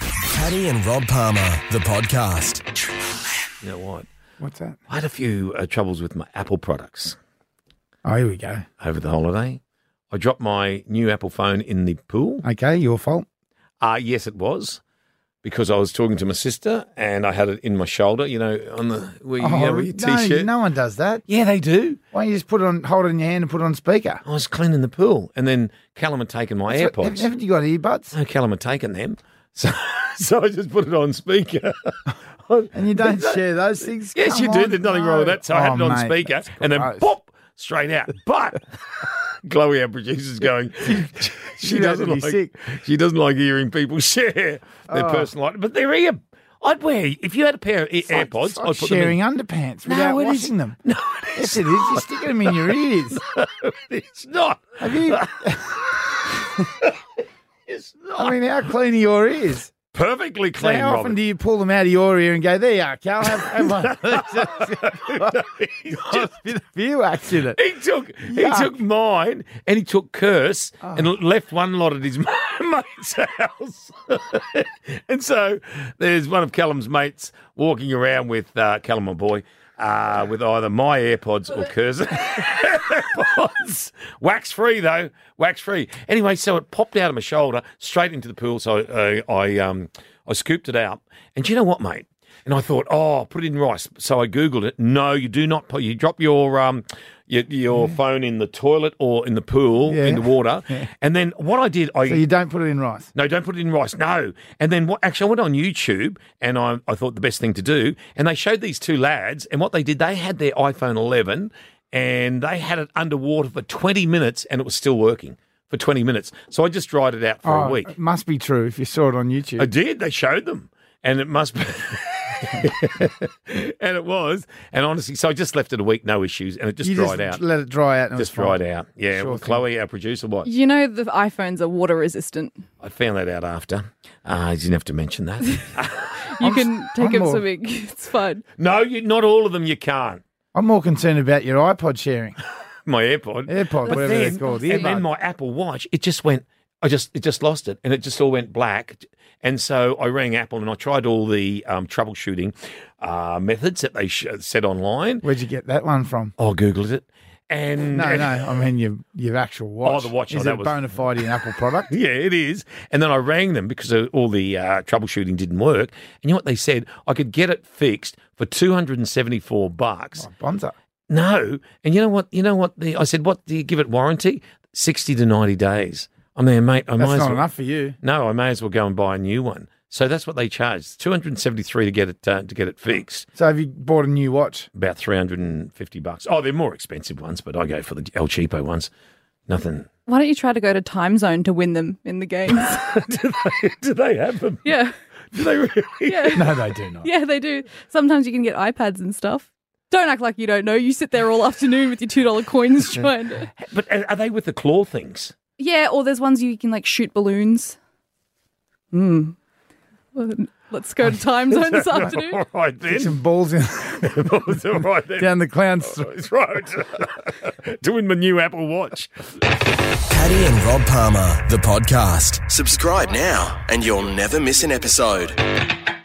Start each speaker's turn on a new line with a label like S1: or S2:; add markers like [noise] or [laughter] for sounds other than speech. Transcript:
S1: Paddy and Rob Palmer, the podcast.
S2: You know what?
S3: What's that?
S2: I had a few uh, troubles with my Apple products
S3: Oh, here we go.
S2: over the holiday. I dropped my new Apple phone in the pool.
S3: Okay, your fault.
S2: Ah, yes, it was because I was talking to my sister and I had it in my shoulder. You know, on the where you
S3: oh,
S2: have your
S3: no,
S2: t-shirt.
S3: no one does that.
S2: Yeah, they do.
S3: Why don't you just put it on, hold it in your hand and put it on speaker?
S2: I was cleaning the pool, and then Callum had taken my
S3: Haven't-
S2: AirPods.
S3: Haven't you got earbuds?
S2: No, Callum had taken them, [laughs] so so I just put it on speaker. [laughs]
S3: And you don't share those things.
S2: Yes,
S3: Come
S2: you do.
S3: on,
S2: There's nothing wrong with
S3: no.
S2: that. So I had
S3: Oh,
S2: it on
S3: mate,
S2: speaker
S3: that's
S2: and then
S3: gross.
S2: pop straight out. But [laughs] Chloe, our producer's
S3: [laughs]
S2: going. [laughs] she
S3: had
S2: doesn't
S3: to
S2: like.
S3: be sick. Oh.
S2: She doesn't like hearing people [laughs] share their personal. life. But they're ear. I'd wear if you had a pair of ear- AirPods.
S3: It's like
S2: I'd put
S3: sharing
S2: them
S3: underpants
S2: in.
S3: without
S2: it
S3: washing
S2: isn't.
S3: them.
S2: No, it
S3: Yes,
S2: is.
S3: it is. You're sticking them in your ears.
S2: [laughs] It's not.
S3: Have you?
S2: It's not
S3: I mean, how clean are your ears?
S2: perfectly [laughs]
S3: So
S2: clean.
S3: how often
S2: Robert. [laughs]
S3: do [laughs] you pull them out of your ear and go, there you are, Cal, have, have [laughs] one?
S2: He's just-
S3: Bit of ear accident.
S2: He took
S3: Yuck.
S2: he took mine and he took curse and left one lot at his [laughs] mate's house. [laughs] and so there's one of Callum's mates walking around with uh, Callum, my boy, uh, with either my AirPods or curse [laughs] AirPods. Wax free though, wax free. Anyway, so it popped out of my shoulder straight into the pool. So I, I, I um I scooped it out, and do you know what, mate? And I thought, oh, put it in rice. So I googled it. No, you do not put. You drop your um, your, your phone in the toilet or in the pool
S3: [laughs] Yeah.
S2: in the water. And then what I did, I
S3: So you don't put it in rice.
S2: no, don't put it in rice. No. And then what? Actually, I went on YouTube and I, I thought the best thing to do. And they showed these two lads, and what they did, they had their iPhone 11 and they had it underwater for 20 minutes and it was still working for 20 minutes. So I just dried it out for a
S3: Oh,
S2: week.
S3: It must be true if you saw it on YouTube.
S2: I did. They showed them, and it must be. [laughs] and it was, and honestly, so I just left it a week, no issues, and it just
S3: you
S2: dried
S3: just
S2: out.
S3: let it dry out. And
S2: Just
S3: it was fine.
S2: dried out. Yeah,
S3: Sure
S2: well,
S3: thing.
S2: Chloe, our producer, what?
S4: You know the iPhones are water resistant.
S2: I found that out after. Uh, you didn't have to mention that.
S4: You can
S3: I'm
S4: take them
S3: more-
S4: swimming. [laughs] It's fun.
S2: no, you, not all of them. You can't.
S3: I'm more concerned about your iPod
S2: [laughs]
S3: sharing, [laughs]
S2: My AirPod.
S3: AirPod,
S2: But
S3: whatever
S2: then-
S3: they're called.
S2: and then
S3: earbud.
S2: my Apple Watch, it just went. I just it just lost it, and it just all went black. And so I rang Apple, and I tried all the um, troubleshooting uh, methods that they sh- said online.
S3: Where'd you get that one from?
S2: I googled it, and
S3: No, no, I mean your your actual watch.
S2: the watch, oh,
S3: Is
S2: that
S3: it
S2: was-
S3: bona fide an
S2: [laughs]
S3: Apple product?
S2: [laughs] Yeah, it is. And then I rang them because uh, all the uh, troubleshooting didn't work. And you know what they said? I could get it fixed for two hundred and seventy-four bucks.
S3: Bonza.
S2: No, and you know what? You know what? The, I said, what do you give it warranty? Sixty to ninety days. I'm there, mate. I
S3: That's
S2: might as
S3: not
S2: well,
S3: enough for you.
S2: No, I may as well go and buy a new one. So that's what they charged two hundred and seventy-three to get it uh, to get it fixed.
S3: So have you bought a new watch?
S2: About three hundred and fifty bucks. Oh, they're more expensive ones, but I go for the El Cheapo ones. Nothing.
S4: Why don't you try to go to time zone to win them in
S3: [laughs]
S4: the games?
S2: do, they, [laughs] do they have them?
S4: yeah.
S2: Do they really?
S4: Yeah.
S3: No, they do not.
S4: Yeah, they do. Sometimes you can get iPads and stuff. Don't act like you don't know. You sit there all afternoon with your two
S3: [laughs]
S4: dollar coins trying to
S2: But are are they with the claw things?
S4: Yeah, or there's ones you can like shoot balloons. Hmm. Well, Let's go
S3: [laughs]
S4: to time zone this afternoon.
S2: [laughs] All right
S3: Get
S2: then.
S3: some balls
S2: [laughs]
S3: in, [laughs]
S2: It's all right then.
S3: down the clown's throat.
S2: [laughs] It's [laughs] right. Doing my new Apple Watch.
S1: Paddy and Rob Palmer, the podcast. Subscribe now and you'll never miss an episode.